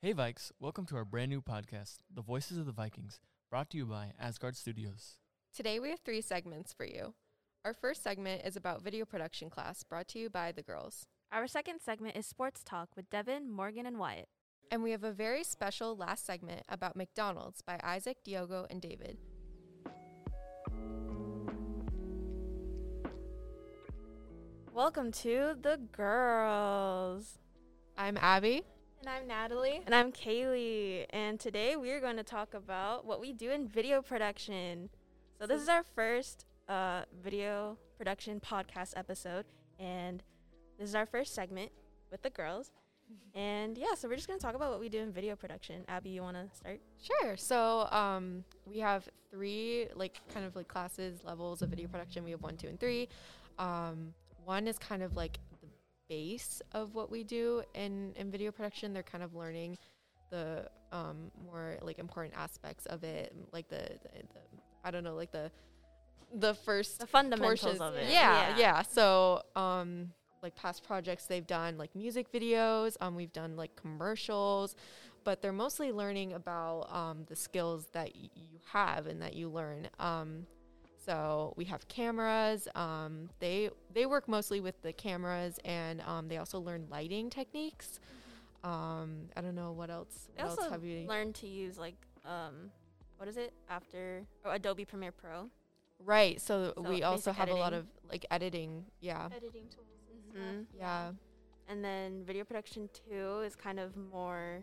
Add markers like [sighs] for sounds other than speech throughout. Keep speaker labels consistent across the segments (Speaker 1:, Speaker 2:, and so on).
Speaker 1: Hey Vikes, welcome to our brand new podcast, The Voices of the Vikings, brought to you by Asgard Studios.
Speaker 2: Today we have three segments for you. Our first segment is about video production class brought to you by the girls.
Speaker 3: Our second segment is Sports Talk with Devin, Morgan, and Wyatt.
Speaker 2: And we have a very special last segment about McDonald's by Isaac, Diogo, and David.
Speaker 3: Welcome to the girls.
Speaker 2: I'm Abby.
Speaker 4: And I'm Natalie.
Speaker 3: And I'm Kaylee. And today we are going to talk about what we do in video production. So, this is our first uh, video production podcast episode. And this is our first segment with the girls. and yeah, so we're just going to talk about what we do in video production. Abby, you want to start?
Speaker 2: Sure. So um, we have three like kind of like classes levels of video production. We have one, two, and three. Um, one is kind of like the base of what we do in in video production. They're kind of learning the um, more like important aspects of it, like the, the, the I don't know, like the the first
Speaker 3: The fundamentals
Speaker 2: portions.
Speaker 3: of it.
Speaker 2: Yeah, yeah, So, um, like past projects they've done, like music videos. Um, we've done like commercials, but they're mostly learning about um, the skills that y- you have and that you learn. Um, so we have cameras. Um, they they work mostly with the cameras, and um, they also learn lighting techniques. Um, I don't know what else.
Speaker 3: Mm-hmm. They
Speaker 2: What else
Speaker 3: also
Speaker 2: have you
Speaker 3: learned to use, like, um, what is it? After oh, Adobe Premiere Pro.
Speaker 2: Right. So,
Speaker 3: So,
Speaker 2: we also have
Speaker 3: basic
Speaker 2: a lot of
Speaker 3: editing.
Speaker 2: like editing. Yeah.
Speaker 4: Editing tools and stuff.
Speaker 3: Mhm.
Speaker 2: Yeah.
Speaker 3: And then video production two is kind of more.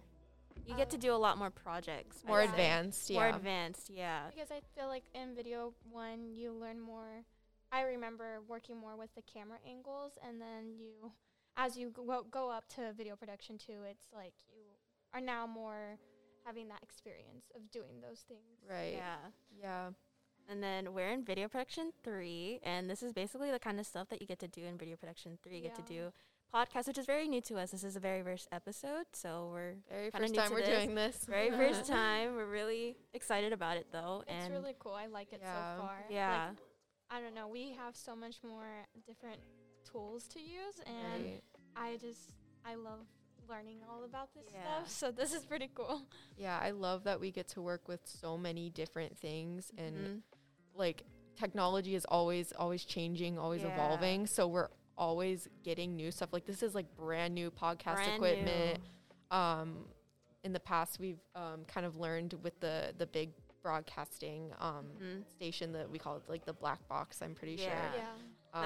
Speaker 3: You get to
Speaker 4: Oh.
Speaker 3: do a lot more projects.
Speaker 2: More
Speaker 3: I'd say.
Speaker 2: advanced. Yeah.
Speaker 3: More advanced, yeah.
Speaker 4: Because I feel like in video one, you learn more. I remember working more with the camera angles, and then you, as you go, go up to video production two, it's like you are now more having that experience of doing those things.
Speaker 2: Right.
Speaker 3: Yeah.
Speaker 2: Yeah.
Speaker 3: And then we're in video production three, and this is basically the kind of stuff that you get to do in video production three. You get to
Speaker 4: Yeah.
Speaker 3: do podcasts, which is very new to us. This is the very first episode, so we're
Speaker 2: Very
Speaker 3: Kinda
Speaker 2: first
Speaker 3: new
Speaker 2: time
Speaker 3: to
Speaker 2: we're
Speaker 3: this.
Speaker 2: doing this. [laughs]
Speaker 3: very first time. We're really excited about it though,
Speaker 4: It's
Speaker 3: and
Speaker 4: really cool. I like it
Speaker 2: Yeah.
Speaker 4: so far.
Speaker 3: yeah,
Speaker 4: Like, I don't know. We have so much more different tools to use, and
Speaker 2: Right.
Speaker 4: I just I love learning all about this
Speaker 3: Yeah.
Speaker 4: stuff. So this is pretty cool.
Speaker 2: Yeah, I love that we get to work with so many different things and
Speaker 3: Mhm.
Speaker 2: like technology is always always changing, always
Speaker 3: Yeah.
Speaker 2: evolving. So we're always getting new stuff. Like this is like brand new podcast
Speaker 3: Brand
Speaker 2: equipment.
Speaker 3: new.
Speaker 2: um, in the past we've um, kind of learned with the the big broadcasting um,
Speaker 3: Mhm.
Speaker 2: station that we call it like the black box i'm pretty
Speaker 3: Yeah.
Speaker 2: sure
Speaker 3: that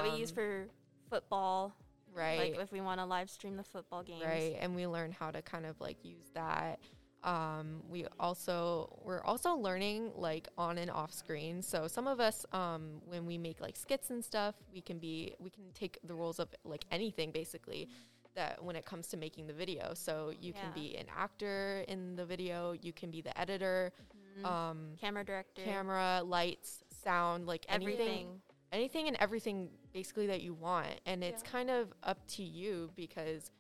Speaker 3: we use
Speaker 2: Um,
Speaker 3: for football.
Speaker 2: right
Speaker 3: Like if we want to live stream the football games.
Speaker 2: right and we learn how to kind of like use that um, we also we're also learning like on and off screen so some of us um, when we make like skits and stuff we can be we can take the roles of like anything basically that when it comes to making the video so you can
Speaker 3: Yeah.
Speaker 2: be an actor in the video you can be the editor um,
Speaker 3: Mm-hmm. Camera director.
Speaker 2: camera lights sound like anything
Speaker 3: Everything.
Speaker 2: anything and everything basically that you want and it's
Speaker 4: Yeah.
Speaker 2: kind of up to you because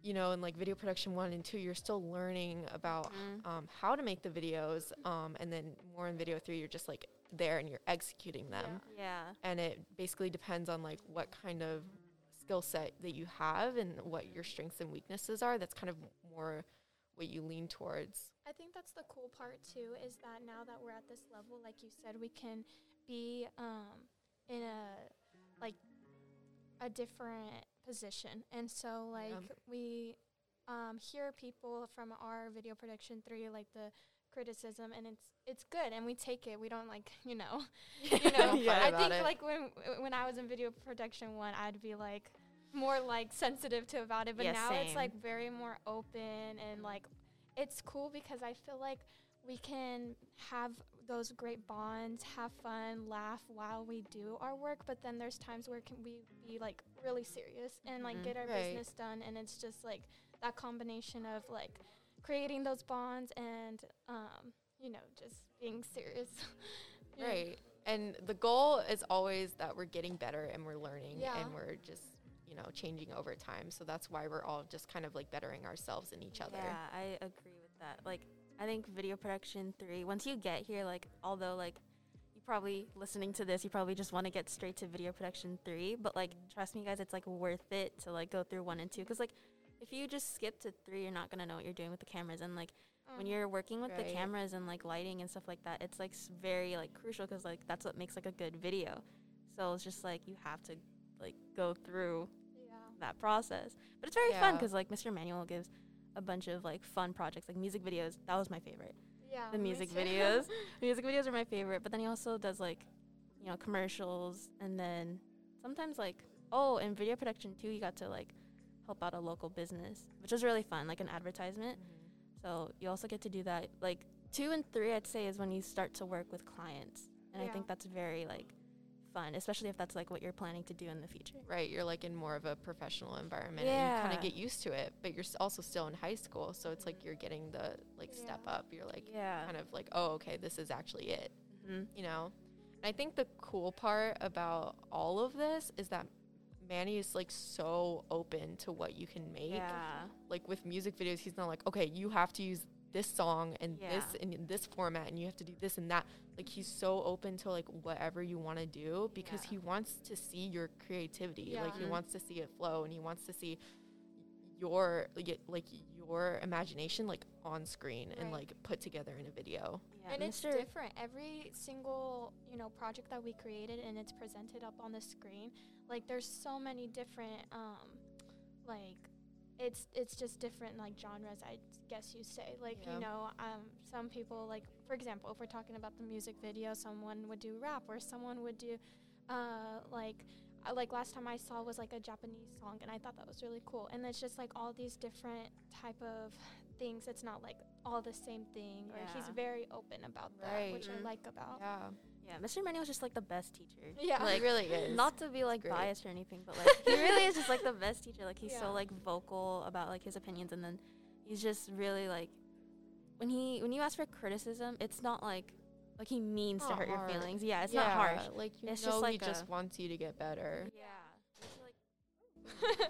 Speaker 2: you know in like video production one and two you're still learning about
Speaker 4: Mm.
Speaker 3: Mhm.
Speaker 2: um, how to make the videos um, and then more in video three you're just like there and you're executing them
Speaker 4: Yeah.
Speaker 3: Yeah.
Speaker 2: and it basically depends on like what kind of skill set that you have and what your strengths and weaknesses are that's kind of more what you lean towards
Speaker 4: I think that's the cool part too is that now that we're at this level, like you said, we can be um, in a like a different position, and so like
Speaker 2: Yeah.
Speaker 4: we um, hear people from our video production three like the criticism, and it's it's good, and we take it. We don't like [laughs] you know, you
Speaker 2: [laughs]
Speaker 4: know.
Speaker 2: Don't fight
Speaker 4: I
Speaker 2: about
Speaker 4: think
Speaker 2: it.
Speaker 4: like when when I was in video production one, I'd be like more like sensitive to about it, but
Speaker 3: Yeah,
Speaker 4: now it's
Speaker 3: same.
Speaker 4: like very more open and like it's cool because I feel like we can have those great bonds, have fun, laugh while we do our work, but then there's times where can we be like really serious and like
Speaker 3: Mhm.
Speaker 4: get our
Speaker 2: Right.
Speaker 4: business done and it's just like that combination of like creating those bonds and um you know just being serious. [laughs] Yeah.
Speaker 2: Right. And the goal is always that we're getting better and we're learning
Speaker 4: Yeah.
Speaker 2: and we're just, you know, changing over time. So that's why we're all just kind of like bettering ourselves and each other.
Speaker 3: Yeah, I agree with that. Like, I think video production three, once you get here, like, although, like, you probably listening to this, you probably just want to get straight to video production three, but, like, trust me, guys, it's, like, worth it to, like, go through one and two. Because, like, if you just skip to three, you're not gonna know what you're doing with the cameras. And like when
Speaker 4: Mhm.
Speaker 3: you're working with the
Speaker 2: Right.
Speaker 3: cameras and like lighting and stuff like that, it's like s- very like crucial because like that's what makes like a good video. So it's just like you have to like go through
Speaker 4: yeah.
Speaker 3: that process. But it's very
Speaker 2: Yeah.
Speaker 3: fun because like Mr. Manuel gives a bunch of like fun projects, like music videos. That was my favorite.
Speaker 4: Yeah.
Speaker 3: The
Speaker 4: me
Speaker 3: music
Speaker 4: too. [laughs]
Speaker 3: videos, music videos are my favorite. But then he also does like, you know, commercials and then sometimes like oh, in video production too, you got to like help out a local business, which was really fun, like an advertisement.
Speaker 4: Mm-hmm.
Speaker 3: So you also get to do that. Like two and three, I'd say, is when you start to work with clients, and I
Speaker 4: Yeah.
Speaker 3: think that's very like fun, especially if that's like what you're planning to do in the future.
Speaker 2: Right, you're like in more of a professional environment and you
Speaker 3: Yeah.
Speaker 2: kind of get used to it, but you're s- also still in high school, so it's like you're getting the like step
Speaker 4: Yeah.
Speaker 2: up. You're like
Speaker 3: yeah.
Speaker 2: kind of like, "Oh, okay, this is actually it."
Speaker 3: Mhm.
Speaker 2: you know. And I think the cool part about all of this is that Manny is like so open to what you can make.
Speaker 3: Yeah.
Speaker 2: Like with music videos, he's not like, okay, you have to use this song and this
Speaker 3: Yeah.
Speaker 2: and in this format and you have to do this and that. Like he's so open to like whatever you want to do because
Speaker 3: Yeah.
Speaker 2: he wants to see your creativity. Like he
Speaker 3: Yeah. Mhm.
Speaker 2: wants to see it flow and he wants to see your like, it- like your imagination like on screen and
Speaker 4: Right.
Speaker 2: like put together in a video.
Speaker 3: Yeah.
Speaker 4: and it's
Speaker 3: Mr.
Speaker 4: different. Every single you know project that we created and it's presented up on the screen. Like there's so many different um, like it's it's just different like genres. I guess you say like
Speaker 2: Yeah.
Speaker 4: you know um, some people like for example if we're talking about the music video, someone would do rap or someone would do uh, like. uh, Like last time I saw was like a Japanese song, and I thought that was really cool. And it's just like all these different type of things. It's not like all the same thing, or he's
Speaker 3: Yeah.
Speaker 4: very open about that, which
Speaker 3: Right.
Speaker 4: I like about.
Speaker 2: Yeah.
Speaker 3: Yeah, Mr. Manuel's just like the best
Speaker 2: [laughs]
Speaker 3: teacher.
Speaker 4: Yeah.
Speaker 2: Like, really is.
Speaker 3: Not to be like
Speaker 2: great.
Speaker 3: biased or anything, but like he really is just like the best teacher. Like he's
Speaker 4: Yeah.
Speaker 3: so like vocal about like his opinions, and then he's just really like when he when you ask for criticism, it's not like like he means to
Speaker 2: Not
Speaker 3: hurt your
Speaker 2: hard.
Speaker 3: feelings. Yeah, it's not harsh.
Speaker 2: Like you
Speaker 3: It's
Speaker 2: know, he
Speaker 3: just like
Speaker 2: just
Speaker 3: a-
Speaker 2: wants you to get better.
Speaker 3: [laughs]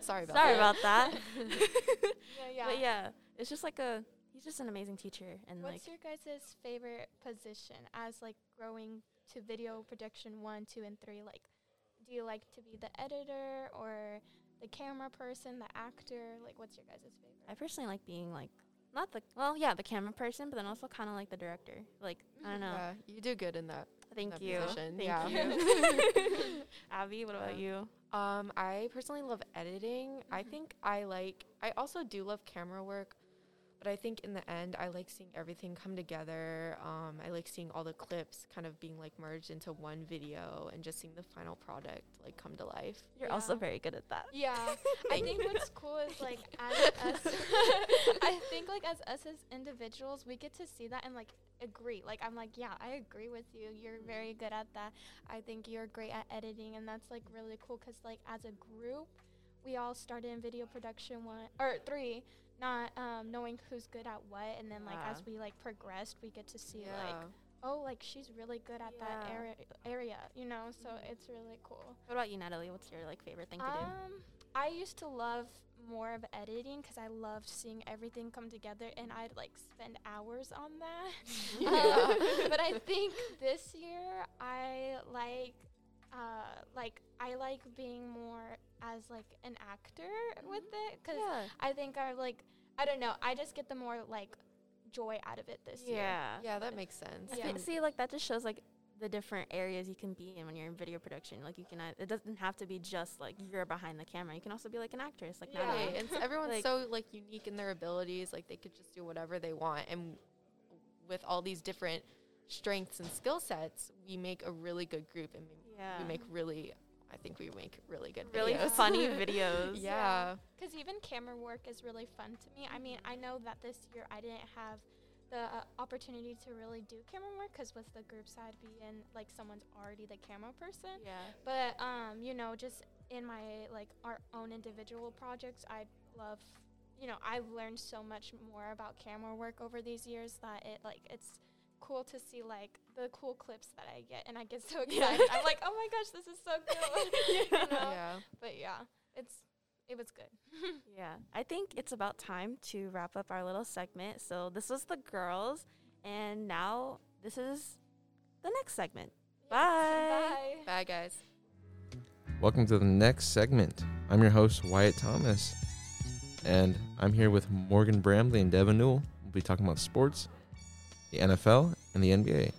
Speaker 2: Sorry about
Speaker 3: Sorry
Speaker 2: that.
Speaker 3: about
Speaker 2: [laughs]
Speaker 3: that.
Speaker 4: yeah, yeah.
Speaker 3: But yeah, it's just like a he's just an amazing teacher and
Speaker 4: What's
Speaker 3: like
Speaker 4: your guys' favorite position as like growing to video production one, two, and three? Like, do you like to be the editor or the camera person, the actor? Like, what's your guys' favorite?
Speaker 3: I personally like being like not the well, yeah, the camera person, but then also kind of like the director. Like I don't know.
Speaker 2: Mm, Yeah, you do good in that.
Speaker 3: Thank
Speaker 2: that
Speaker 3: you.
Speaker 2: position,
Speaker 3: Thank
Speaker 2: yeah. [laughs]
Speaker 3: you. [laughs] Abby, what about
Speaker 2: Yeah.
Speaker 3: you?
Speaker 2: Um, I personally love editing. I
Speaker 3: Mhm.
Speaker 2: think I like. I also do love camera work, but I think in the end, I like seeing everything come together. Um, I like seeing all the clips kind of being like merged into one video and just seeing the final product like come to life.
Speaker 3: You're also
Speaker 4: Yeah.
Speaker 3: very good at that.
Speaker 4: Yeah, I
Speaker 3: Thank
Speaker 4: think
Speaker 3: you. [laughs]
Speaker 4: what's cool is like as us, [laughs] I think like as us as individuals, we get to see that and like agree. Like I'm like, yeah, I agree with you. You're
Speaker 3: Mm-hmm.
Speaker 4: very good at that. I think you're great at editing, and that's like really cool because like as a group, we all started in video production one or three, not um, knowing who's good at what, and then like
Speaker 3: Yeah.
Speaker 4: as we like progressed, we get to see like, oh, like she's really good at that
Speaker 3: Yeah. Mm-hmm.
Speaker 4: area, area, you know. So it's really cool.
Speaker 3: What about you, Natalie? What's your like favorite thing to do?
Speaker 4: Um, I used to love more of editing because I loved seeing everything come together, and I'd like spend hours on
Speaker 2: [laughs]
Speaker 4: that. [laughs] Um, but I think this year I like, uh, like I like being more as like an actor
Speaker 2: Mm-hmm.
Speaker 4: with it because
Speaker 3: yeah.
Speaker 4: I think I like I don't know I just get the more like joy out of it this year.
Speaker 3: yeah.
Speaker 2: yeah, that makes sense.
Speaker 3: I
Speaker 4: Yeah.
Speaker 3: think- See, like that just shows like the different areas you can be in when you're in video production. Like you can, uh, it doesn't have to be just like you're behind the camera. You can also be like an actress, like
Speaker 4: Yeah.
Speaker 2: Right,
Speaker 3: Natalie.
Speaker 2: and so everyone's
Speaker 3: [laughs] Like-
Speaker 2: so like unique in their abilities. Like they could just do whatever they want, and with all these different strengths and skill sets, we make a really good group, and we,
Speaker 3: Yeah.
Speaker 2: we make really. I think we make really good,
Speaker 3: really
Speaker 2: videos. [laughs]
Speaker 3: funny videos.
Speaker 2: yeah,
Speaker 4: Because even camera work is really fun to me. I mean, I know that this year I didn't have the uh, opportunity to really do camera work because with the groups I'd be in, like someone's already the camera person.
Speaker 3: Yeah.
Speaker 4: But um, you know, just in my like our own individual projects, I love. You know, I've learned so much more about camera work over these years that it like it's cool to see like the cool clips that I get, and I get so
Speaker 3: Yeah.
Speaker 4: excited. I'm like, oh my gosh, this is so cool.
Speaker 3: [laughs] Yeah.
Speaker 4: You know?
Speaker 2: yeah.
Speaker 4: But yeah, it's it was good.
Speaker 3: Yeah. I think it's about time to wrap up our little segment. So this was the girls, and now this is the next segment. Bye.
Speaker 4: Bye.
Speaker 2: Bye guys.
Speaker 5: Welcome to the next segment. I'm your host, Wyatt Thomas.
Speaker 6: and I'm here with Morgan Bramley and Devin Newell. We'll be talking about sports, the NFL, and the NBA.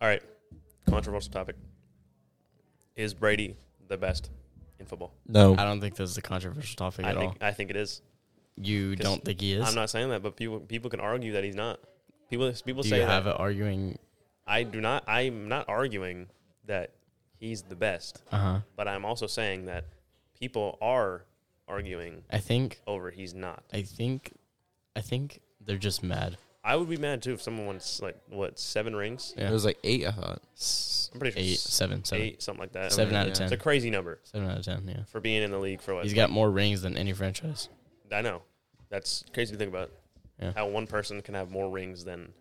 Speaker 7: All right. Controversial topic. Is Brady the best in football?
Speaker 6: No,
Speaker 8: I don't think this is a controversial topic
Speaker 7: I
Speaker 8: at
Speaker 7: think
Speaker 8: all.
Speaker 7: I think it is.
Speaker 8: You
Speaker 7: 'cause
Speaker 8: don't think he is?
Speaker 7: I'm not saying that, but people people can argue that he's not. People people
Speaker 8: Do
Speaker 7: say
Speaker 8: you have
Speaker 7: that.
Speaker 8: it arguing?
Speaker 7: I do not. I'm not arguing that he's the best,
Speaker 8: Uh huh.
Speaker 7: but I'm also saying that people are arguing
Speaker 8: I think.
Speaker 7: over he's not.
Speaker 8: I think. I think they're just mad.
Speaker 7: I would be mad too if someone won s- like what seven rings,
Speaker 8: Yeah.
Speaker 6: it was like eight. I thought.
Speaker 8: S-
Speaker 7: I'm pretty sure
Speaker 8: eight,
Speaker 7: s-
Speaker 8: seven, seven,
Speaker 7: eight, something like that.
Speaker 6: Seven.
Speaker 8: seven out of
Speaker 6: yeah.
Speaker 8: ten.
Speaker 7: It's a crazy number
Speaker 8: Seven out of ten. Yeah.
Speaker 7: for being in the league for what?
Speaker 8: He's got more rings than any franchise.
Speaker 7: I know. That's crazy to think about.
Speaker 8: Yeah.
Speaker 7: How one person can have more rings than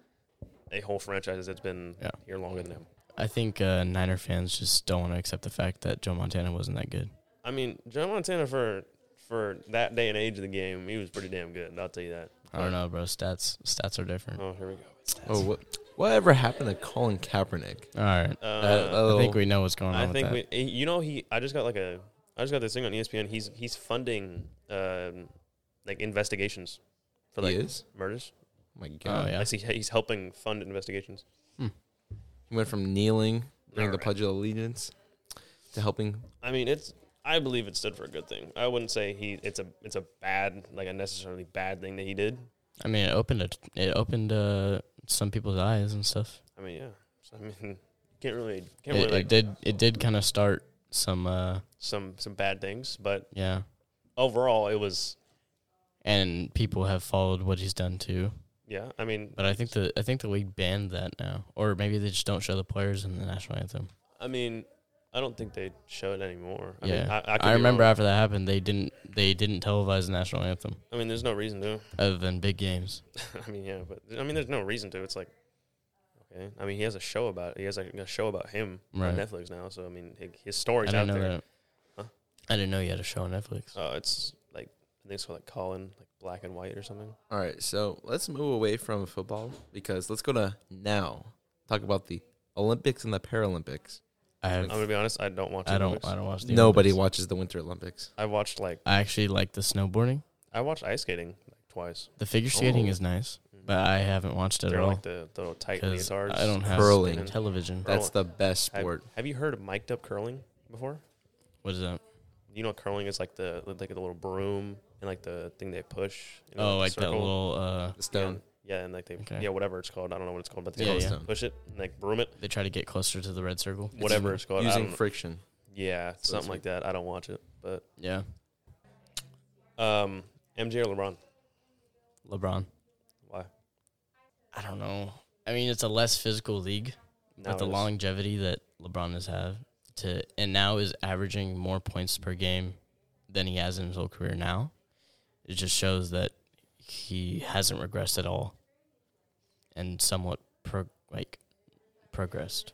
Speaker 7: a whole franchise that's been
Speaker 8: Yeah.
Speaker 7: here longer than him.
Speaker 8: I think uh, Niner fans just don't want to accept the fact that Joe Montana wasn't that good.
Speaker 7: I mean, Joe Montana for for that day and age of the game, he was pretty damn good. I'll tell you that.
Speaker 8: I don't know, bro. Stats stats are different.
Speaker 7: Oh, here we go.
Speaker 6: Oh, what? Whatever happened to Colin Kaepernick?
Speaker 8: All right.
Speaker 7: Uh,
Speaker 6: That- that
Speaker 8: I think
Speaker 6: little-
Speaker 8: we know what's going on.
Speaker 7: I
Speaker 8: with
Speaker 7: think
Speaker 8: that.
Speaker 7: we, eh, you know, he. I just got like a. I just got this thing on E ESPN. He's he's funding, um, like investigations, for like
Speaker 6: he is.
Speaker 7: murders.
Speaker 6: Oh my
Speaker 8: Oh
Speaker 6: God,
Speaker 8: yeah.
Speaker 7: Like, he, he's helping fund investigations.
Speaker 6: he went from kneeling during the
Speaker 7: Alright.
Speaker 6: Pledge of Allegiance to helping.
Speaker 7: I mean, it's. I believe it stood for a good thing. I wouldn't say he. It's a. It's a bad, like a necessarily bad thing that he did.
Speaker 8: I mean, it opened it. It opened uh, some people's eyes and stuff.
Speaker 7: I mean, yeah. So, I mean, [laughs] can't really. Can't
Speaker 8: It,
Speaker 7: really
Speaker 8: it
Speaker 7: like
Speaker 8: did. It did kind of start some. Uh,
Speaker 7: some some bad things, but
Speaker 8: yeah.
Speaker 7: overall, it was.
Speaker 8: And people have followed what he's done too.
Speaker 7: Yeah. I mean,
Speaker 8: But I think the I think the league banned that now, or maybe they just don't show the players in the national anthem.
Speaker 7: I mean, I don't think they show it anymore. I Mean,
Speaker 8: Yeah.
Speaker 7: I, I, could
Speaker 8: I
Speaker 7: be
Speaker 8: remember
Speaker 7: wrong.
Speaker 8: after that happened, they didn't they didn't televise the national anthem
Speaker 7: I mean, there's no reason to.
Speaker 8: other than big games.
Speaker 7: [laughs] I mean, yeah, but I mean, there's no reason to. It's like, okay. I mean, he has a show about he has like a show about him
Speaker 8: Right.
Speaker 7: on Netflix now. So I mean, hi- his story's
Speaker 8: I
Speaker 7: out
Speaker 8: didn't know
Speaker 7: there.
Speaker 8: that.
Speaker 7: Huh?
Speaker 8: I didn't know you had a show on Netflix.
Speaker 7: Uh, it's like I think it's called like Colin, like Black and White or something.
Speaker 6: All right, so let's move away from football because let's go to now. Talk about the Olympics and the Paralympics.
Speaker 8: I
Speaker 7: I'm
Speaker 8: have.
Speaker 7: gonna be honest. I don't watch.
Speaker 8: I don't.
Speaker 7: Olympics.
Speaker 8: I don't watch. The
Speaker 6: Nobody
Speaker 8: Olympics.
Speaker 6: watches the Winter Olympics.
Speaker 7: I watched like
Speaker 8: I actually like the snowboarding.
Speaker 7: I watched ice skating like twice.
Speaker 8: The figure skating
Speaker 6: Oh.
Speaker 8: is nice, but I haven't watched it at
Speaker 7: Mm-hmm. They're
Speaker 8: all
Speaker 7: like the, the little tight
Speaker 8: because
Speaker 7: leotards.
Speaker 8: I don't have
Speaker 6: Curling.
Speaker 8: spinning television.
Speaker 6: That's the best
Speaker 7: Have,
Speaker 6: sport.
Speaker 7: have you heard of mic'd up curling before?
Speaker 8: What is that?
Speaker 7: You know, curling is like the like the little broom and like the thing they push. you know,
Speaker 8: Oh, like that
Speaker 7: circle.
Speaker 8: little. uh
Speaker 6: The
Speaker 7: Yeah,
Speaker 6: stone.
Speaker 7: Yeah, and like they
Speaker 8: Okay.
Speaker 7: yeah whatever it's called. I don't know what it's called, but they
Speaker 8: Yeah,
Speaker 7: always
Speaker 8: yeah.
Speaker 7: push it and like broom it.
Speaker 8: They try to get closer to the red circle.
Speaker 6: It's
Speaker 7: whatever it's called. I
Speaker 6: Using
Speaker 7: don't-
Speaker 6: friction.
Speaker 7: yeah,
Speaker 6: So it's
Speaker 7: something like that. I don't watch it, but
Speaker 8: Yeah,
Speaker 7: um, MJ or LeBron?
Speaker 8: LeBron.
Speaker 7: Why?
Speaker 8: I don't know. I mean, it's a less physical league,
Speaker 7: Now
Speaker 8: but the
Speaker 7: it is.
Speaker 8: longevity that LeBron has had to and now is averaging more points per game than he has in his whole career now. It just shows that he hasn't regressed at all, and somewhat pro- like progressed.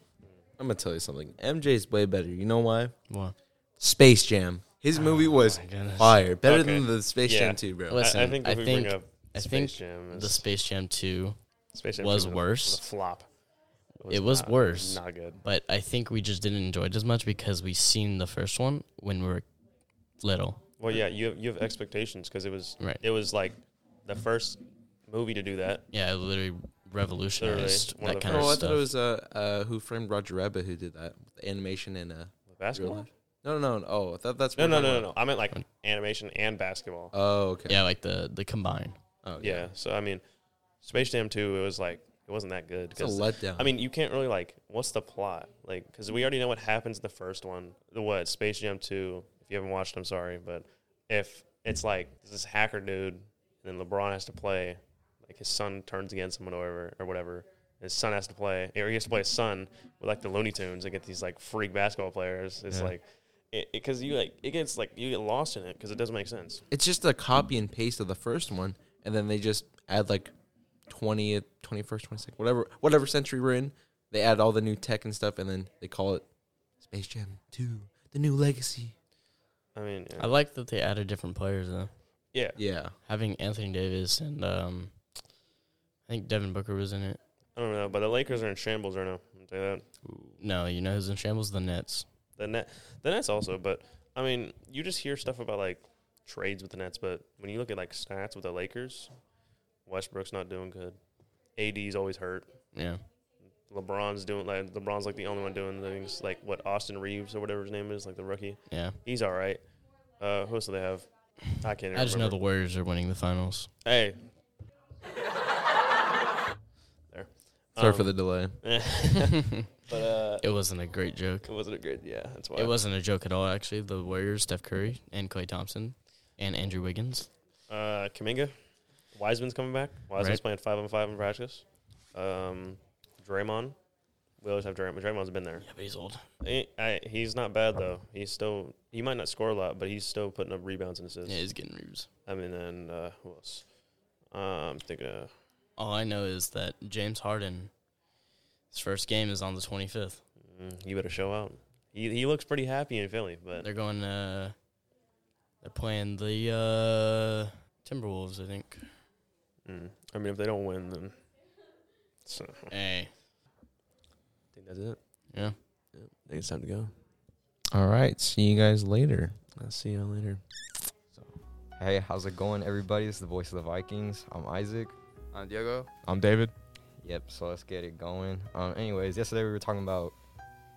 Speaker 6: I'm gonna tell you something. MJ's way better. You know why?
Speaker 8: What? Oh
Speaker 6: Space Jam. His movie was fire. Better
Speaker 7: Okay.
Speaker 6: than the Space
Speaker 7: Yeah.
Speaker 6: Jam 2, bro.
Speaker 7: I-
Speaker 8: Listen,
Speaker 7: I, think if
Speaker 8: I
Speaker 7: we
Speaker 8: think-
Speaker 7: bring up
Speaker 8: I
Speaker 7: Space
Speaker 8: think
Speaker 7: Jam,
Speaker 8: the
Speaker 7: is-
Speaker 8: Space Jam two
Speaker 7: Space Jam
Speaker 8: was
Speaker 7: 2 a-
Speaker 8: worse.
Speaker 7: a flop.
Speaker 8: It was
Speaker 7: not-
Speaker 8: worse.
Speaker 7: Not good.
Speaker 8: but I think we just didn't enjoy it as much because we seen the first one when we were little.
Speaker 7: Well, yeah, you have, you have expectations because it was
Speaker 8: Right.
Speaker 7: it was like the first movie to do that.
Speaker 8: Yeah, it literally revolutionized
Speaker 7: Literally, one
Speaker 8: that
Speaker 7: of the
Speaker 8: kind
Speaker 6: oh, I
Speaker 8: of
Speaker 6: thought it
Speaker 8: stuff.
Speaker 6: was uh, uh Who Framed Roger Rabbit who did that. The animation and uh real
Speaker 7: Basketball?
Speaker 6: life. No no no. Oh I thought that's
Speaker 7: No,
Speaker 6: what
Speaker 7: no,
Speaker 6: we're
Speaker 7: no, no,
Speaker 6: talking
Speaker 7: no. I meant like animation and basketball.
Speaker 6: about. Oh okay.
Speaker 8: Yeah, like the the combine.
Speaker 6: Oh,
Speaker 7: yeah. So I mean, Space Jam Two, it was like it wasn't that good.
Speaker 6: It's a
Speaker 7: 'cause
Speaker 6: letdown.
Speaker 7: I mean, you can't really like what's the plot like because we already know what happens in the first one. The what Space Jam two. If you haven't watched, I'm sorry, but if it's like this hacker dude, and then LeBron has to play, like his son turns against him or whatever, or whatever. His son has to play, or he has to play his son with like the Looney Tunes and get these like freak basketball players. It's
Speaker 8: Yeah.
Speaker 7: like, because you like it gets like you get lost in it because it doesn't make sense.
Speaker 6: it's just a copy and paste of the first one, and then they just add like twentieth, twenty first, twenty second, whatever whatever century we're in. They add all the new tech and stuff, and then they call it Space Jam Two: The New Legacy.
Speaker 7: I mean, yeah.
Speaker 8: I like that they added different players though.
Speaker 7: yeah.
Speaker 6: Yeah,
Speaker 8: Having Anthony Davis and um, I think Devin Booker was in it.
Speaker 7: I don't know, but the Lakers are in shambles right now. I'll tell you that.
Speaker 8: No, you know who's in shambles? The Nets.
Speaker 7: The net, the Nets also, but I mean, you just hear stuff about like trades with the Nets, but when you look at like stats with the Lakers, Westbrook's not doing good. AD's always hurt.
Speaker 8: Yeah.
Speaker 7: LeBron's doing like LeBron's like the only one doing things like what Austin Reeves or whatever his name is, like the rookie.
Speaker 8: Yeah.
Speaker 7: He's all right. Uh, who else do they have? I can't. Even
Speaker 8: I just know
Speaker 7: remember.
Speaker 8: the Warriors are winning the finals.
Speaker 7: Hey. there.
Speaker 5: Sorry
Speaker 7: Um,
Speaker 5: for the delay.
Speaker 8: it
Speaker 7: But uh,
Speaker 8: wasn't a great joke.
Speaker 7: it wasn't a good. Yeah, that's why
Speaker 8: It wasn't a joke at all, actually. The Warriors, Steph Curry, and Clay Thompson, and Andrew Wiggins.
Speaker 7: [laughs] Uh, Kaminga, Wiseman's coming back. Wiseman's
Speaker 8: Right.
Speaker 7: playing five on five in practice. Um, Draymond. We always have Draymond. Draymond's been there.
Speaker 8: Yeah, but he's old.
Speaker 7: He, I, he's not bad though. He's still. He might not score a lot, but he's still putting up rebounds and assists.
Speaker 8: Yeah, he's getting rubes.
Speaker 7: I mean, and uh, who else? Uh, I'm thinking. Uh,
Speaker 8: All I know is that James Harden, his first game is on the 25th.
Speaker 7: mm, you better show out. He he looks pretty happy in Philly, but
Speaker 8: They're going. Uh, they're playing the uh, Timberwolves, I think.
Speaker 7: mm, I mean, if they don't win, then. So, I
Speaker 8: Hey,
Speaker 7: think that's it.
Speaker 8: yeah.
Speaker 5: I think it's time to go. All right. See you guys later. I'll see you later.
Speaker 9: Hey, how's it going, everybody? This is the voice of the Vikings. I'm Isaac.
Speaker 10: I'm Diego.
Speaker 5: I'm David.
Speaker 9: Yep, so let's get it going. Um, anyways, yesterday we were talking about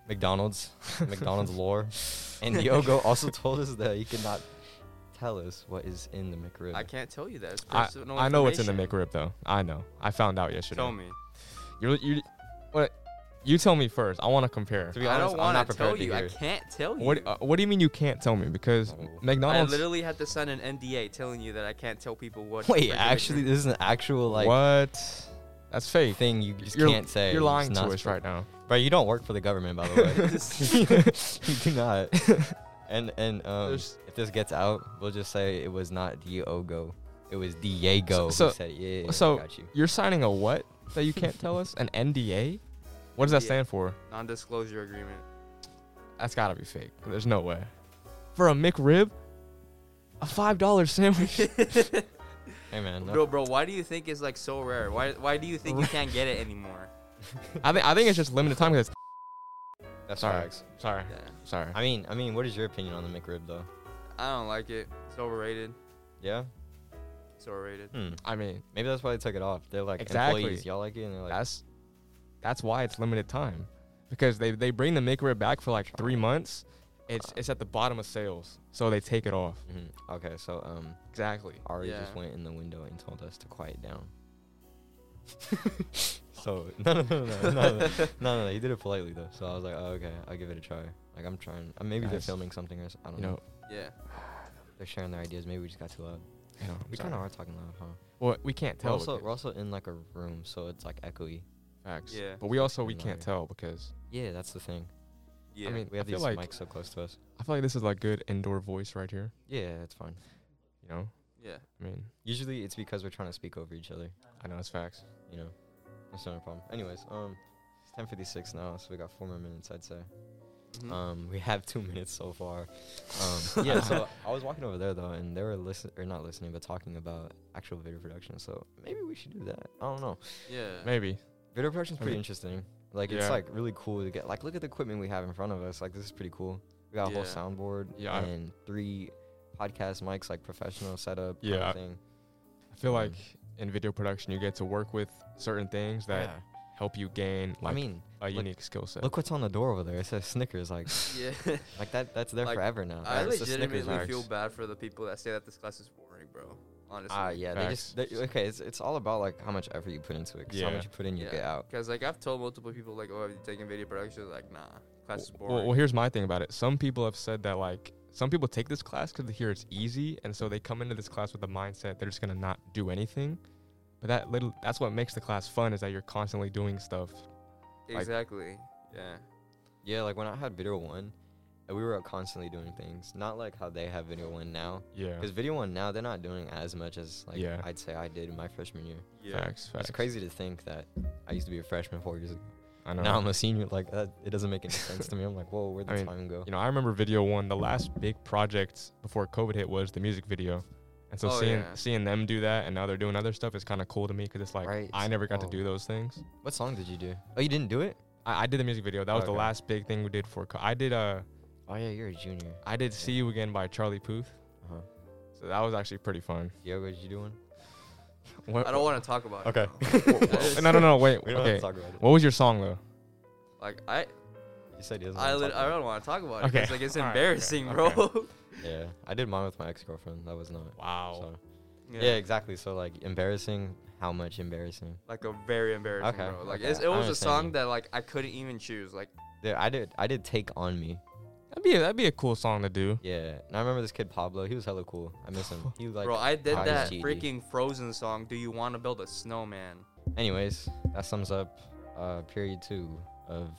Speaker 9: McDonald's, [laughs]
Speaker 5: [laughs]
Speaker 9: McDonald's lore, and Diogo also told us that he could not tell us what is in the McRib.
Speaker 10: I can't tell you that. It's
Speaker 5: I,
Speaker 10: personal
Speaker 5: I know what's in the
Speaker 10: information.
Speaker 5: McRib though. I know. I found out yesterday.
Speaker 10: Tell me.
Speaker 5: You're, you, what? You tell me first. I want to compare.
Speaker 9: to be
Speaker 10: I
Speaker 9: honest,
Speaker 10: don't
Speaker 9: I'm not
Speaker 10: want to
Speaker 9: prepared
Speaker 10: tell you.
Speaker 9: to
Speaker 10: I
Speaker 9: hear.
Speaker 10: can't tell you.
Speaker 5: What? Uh, what do you mean you can't tell me? Because
Speaker 9: Oh.
Speaker 10: I
Speaker 5: McDonald's.
Speaker 10: literally had to sign an NDA telling you that I can't tell people what.
Speaker 9: Wait,
Speaker 10: freaking
Speaker 9: actually, this is an actual like
Speaker 5: what? That's fake.
Speaker 9: thing you just
Speaker 5: You're-
Speaker 9: can't say.
Speaker 5: You're
Speaker 9: It's
Speaker 5: lying to
Speaker 9: not
Speaker 5: us
Speaker 9: sp-
Speaker 5: right now.
Speaker 9: bro. You don't work for the government, by the way.
Speaker 5: [laughs]
Speaker 9: [laughs] you do not. And and um,
Speaker 5: There's-
Speaker 9: if this gets out, we'll just say it was not Diogo. It was
Speaker 5: So-
Speaker 9: Diego
Speaker 5: so-
Speaker 9: who said it. Yeah, I
Speaker 5: so-
Speaker 9: got you.
Speaker 5: You're signing a what that you can't tell us? An NDA? What does that
Speaker 10: Yeah.
Speaker 5: stand for?
Speaker 10: Non-disclosure agreement.
Speaker 5: That's gotta be fake. There's no way. For a McRib, a five dollar sandwich.
Speaker 9: Hey man, no-
Speaker 10: Bro, bro, why do you think it's like so rare? Why, why do you think you can't get it anymore? [laughs]
Speaker 5: I think I think it's just limited time because
Speaker 9: that's
Speaker 5: sorry.
Speaker 9: facts.
Speaker 5: sorry,
Speaker 10: Yeah.
Speaker 5: sorry.
Speaker 9: I mean, I mean, what is your opinion on the McRib though?
Speaker 10: I don't like it. It's overrated.
Speaker 9: Yeah.
Speaker 10: It's overrated.
Speaker 9: Hmm.
Speaker 5: I mean,
Speaker 9: Maybe that's why they took it off. They're like
Speaker 5: Exactly.
Speaker 9: employees. Y'all like it? And they're like,
Speaker 5: that's that's why it's limited time because they they bring the McRib back for like three months. It's it's at the bottom of sales, so they take it off.
Speaker 9: Mhm. okay. So um,
Speaker 5: Exactly.
Speaker 9: Ari
Speaker 10: Mm-hmm. Yeah.
Speaker 9: just went in the window and told us to quiet
Speaker 10: [laughs]
Speaker 9: down. [laughs] so [laughs] no no no no no no no no, no he did it politely though so I was like oh, okay I'll give it a try like I'm trying uh, maybe they're
Speaker 5: Guys,
Speaker 9: filming something or s- I don't
Speaker 5: You
Speaker 9: know.
Speaker 5: know,
Speaker 10: Yeah.
Speaker 9: [sighs] they're sharing their ideas maybe we just got too loud
Speaker 5: you know I'm
Speaker 9: we
Speaker 5: sorry.
Speaker 9: kind of are talking loud huh
Speaker 5: Well, we can't
Speaker 9: we're
Speaker 5: tell.
Speaker 9: also
Speaker 5: because-
Speaker 9: we're also in like a room so it's like echoey
Speaker 5: Facts.
Speaker 10: Yeah.
Speaker 5: But we also we
Speaker 9: And,
Speaker 5: can't
Speaker 9: like-
Speaker 5: tell because
Speaker 9: yeah that's the thing
Speaker 10: Yeah.
Speaker 5: I mean
Speaker 9: we have
Speaker 5: I feel
Speaker 9: these
Speaker 5: like
Speaker 9: mics so close to us
Speaker 5: I feel like this is like good indoor voice right here.
Speaker 9: yeah that's fine
Speaker 5: You know,
Speaker 10: yeah.
Speaker 5: I mean,
Speaker 9: usually it's because we're trying to speak over each other
Speaker 5: I know it's facts.
Speaker 9: you know that's not a problem anyways um it's 10:56 now so we got four more minutes I'd say
Speaker 10: Mhm.
Speaker 9: Um, we have two [laughs] minutes so far. Um,
Speaker 10: [laughs]
Speaker 9: yeah, so I was walking over there though, and they were listening or not listening, but talking about actual video production. So maybe we should do that. I don't know.
Speaker 10: yeah.
Speaker 5: Maybe.
Speaker 9: Video production's
Speaker 5: I
Speaker 9: pretty
Speaker 5: mean-
Speaker 9: interesting. Like it's
Speaker 5: Yeah.
Speaker 9: like really cool to get. Like look at the equipment we have in front of us. Like this is pretty cool. We got a whole
Speaker 10: Yeah.
Speaker 9: soundboard
Speaker 5: Yeah, I-
Speaker 9: and three podcast mics, like professional setup. kinda
Speaker 5: Yeah.
Speaker 9: thing.
Speaker 5: I feel
Speaker 9: Mm.
Speaker 5: like in video production you get to work with certain things that
Speaker 9: Yeah.
Speaker 5: help you gain like
Speaker 9: I mean,
Speaker 5: a
Speaker 9: look-
Speaker 5: unique skill set.
Speaker 9: look what's on the door over there. It says
Speaker 5: [laughs]
Speaker 9: Snickers. Like,
Speaker 10: Yeah.
Speaker 9: [laughs] like that. That's there
Speaker 10: Like,
Speaker 9: forever now.
Speaker 10: I
Speaker 9: That's the Snickers
Speaker 10: legitimately
Speaker 9: box.
Speaker 10: feel bad for the people that say that this class is boring, bro. Honestly.
Speaker 9: Ah, yeah. They just
Speaker 5: Facts.
Speaker 9: they, okay. It's, it's all about like how much effort you put into it. 'cause how
Speaker 5: Yeah.
Speaker 9: much you put in, you get out.
Speaker 10: Because like I've told multiple people like, oh, have you taken video production? Like, nah, class is
Speaker 5: W-
Speaker 10: boring.
Speaker 5: well, well, here's my thing about it. Some people have said that like some people take this class because they hear it's easy, and so they come into this class with the mindset they're just gonna not do anything. But that little that's what makes the class fun is that you're constantly doing stuff. like-
Speaker 10: exactly. yeah.
Speaker 9: Yeah, like when I had video one, uh, we were constantly doing things. Not like how they have video one now.
Speaker 5: Yeah.
Speaker 9: Because video one now, they're not doing as much as like
Speaker 5: Yeah.
Speaker 9: I'd say I did in my freshman year.
Speaker 5: Facts. Facts.
Speaker 9: It's crazy to think that I used to be a freshman four years ago.
Speaker 5: I know.
Speaker 9: Now I'm a senior. Like that, it doesn't make any sense to me. I'm like, whoa, where'd the
Speaker 5: I mean,
Speaker 9: time go?
Speaker 5: you know, I remember video one. The last big project before COVID hit was the music video, and so
Speaker 10: Oh,
Speaker 5: seeing
Speaker 10: yeah.
Speaker 5: seeing them do that and now they're doing other stuff is kind of cool to me because it's like
Speaker 9: Right.
Speaker 5: I never got
Speaker 9: Oh.
Speaker 5: to do those things.
Speaker 9: What song did you do? Oh, you didn't do it?
Speaker 5: I, I did the music video. That was the
Speaker 9: Okay.
Speaker 5: last big thing we did for. Co- I did uh
Speaker 9: Oh yeah, you're a junior.
Speaker 5: I did "See You Again" by Charlie Puth.
Speaker 9: Uh-huh.
Speaker 11: So that was actually pretty fun.
Speaker 9: Diogo, did you do one?
Speaker 11: What,
Speaker 10: I don't want to talk about
Speaker 11: Okay.
Speaker 10: it.
Speaker 5: [laughs]
Speaker 10: Okay.
Speaker 11: no, no, no. Wait.
Speaker 9: [laughs] We don't have
Speaker 11: Okay.
Speaker 9: to talk about it.
Speaker 11: What was your song though?
Speaker 10: Like I,
Speaker 9: You said he doesn't.
Speaker 10: I,
Speaker 9: wanna
Speaker 10: lit-
Speaker 9: talk
Speaker 10: I
Speaker 9: about
Speaker 10: don't want to talk about it.
Speaker 11: Okay.
Speaker 10: 'cause, like it's
Speaker 11: All right, okay,
Speaker 10: embarrassing,
Speaker 11: okay.
Speaker 10: [laughs] bro.
Speaker 9: it. Yeah, I did mine with my ex-girlfriend. That was not.
Speaker 11: Wow.
Speaker 9: So. Yeah. exactly. So like embarrassing. How much embarrassing?
Speaker 10: Like a very embarrassing,
Speaker 9: Okay,
Speaker 10: bro. Like
Speaker 9: okay,
Speaker 10: it's, it
Speaker 9: I
Speaker 10: was a
Speaker 9: understand
Speaker 10: song
Speaker 9: you.
Speaker 10: that like I couldn't even choose. Like
Speaker 9: Dude, I did. I did take on me.
Speaker 11: That'd be a, that'd be a cool song to do.
Speaker 9: Yeah, and I remember this kid Pablo. He was hella cool. I
Speaker 10: [laughs]
Speaker 9: miss him. He like.
Speaker 10: bro, I did
Speaker 9: I
Speaker 10: that
Speaker 9: cheated.
Speaker 10: freaking Frozen song. Do you want to build a snowman?
Speaker 9: Anyways, that sums up uh, period two of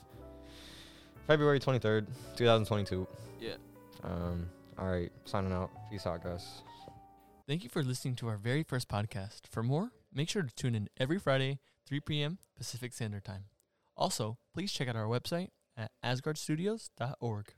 Speaker 9: February twenty third, two thousand twenty two.
Speaker 10: Yeah.
Speaker 9: Um. All right. Signing out. Peace out, guys.
Speaker 1: Thank you for listening to our very first podcast. For more, make sure to tune in every Friday, 3 p.m. Pacific Standard Time. Also, please check out our website at asgardstudios.org.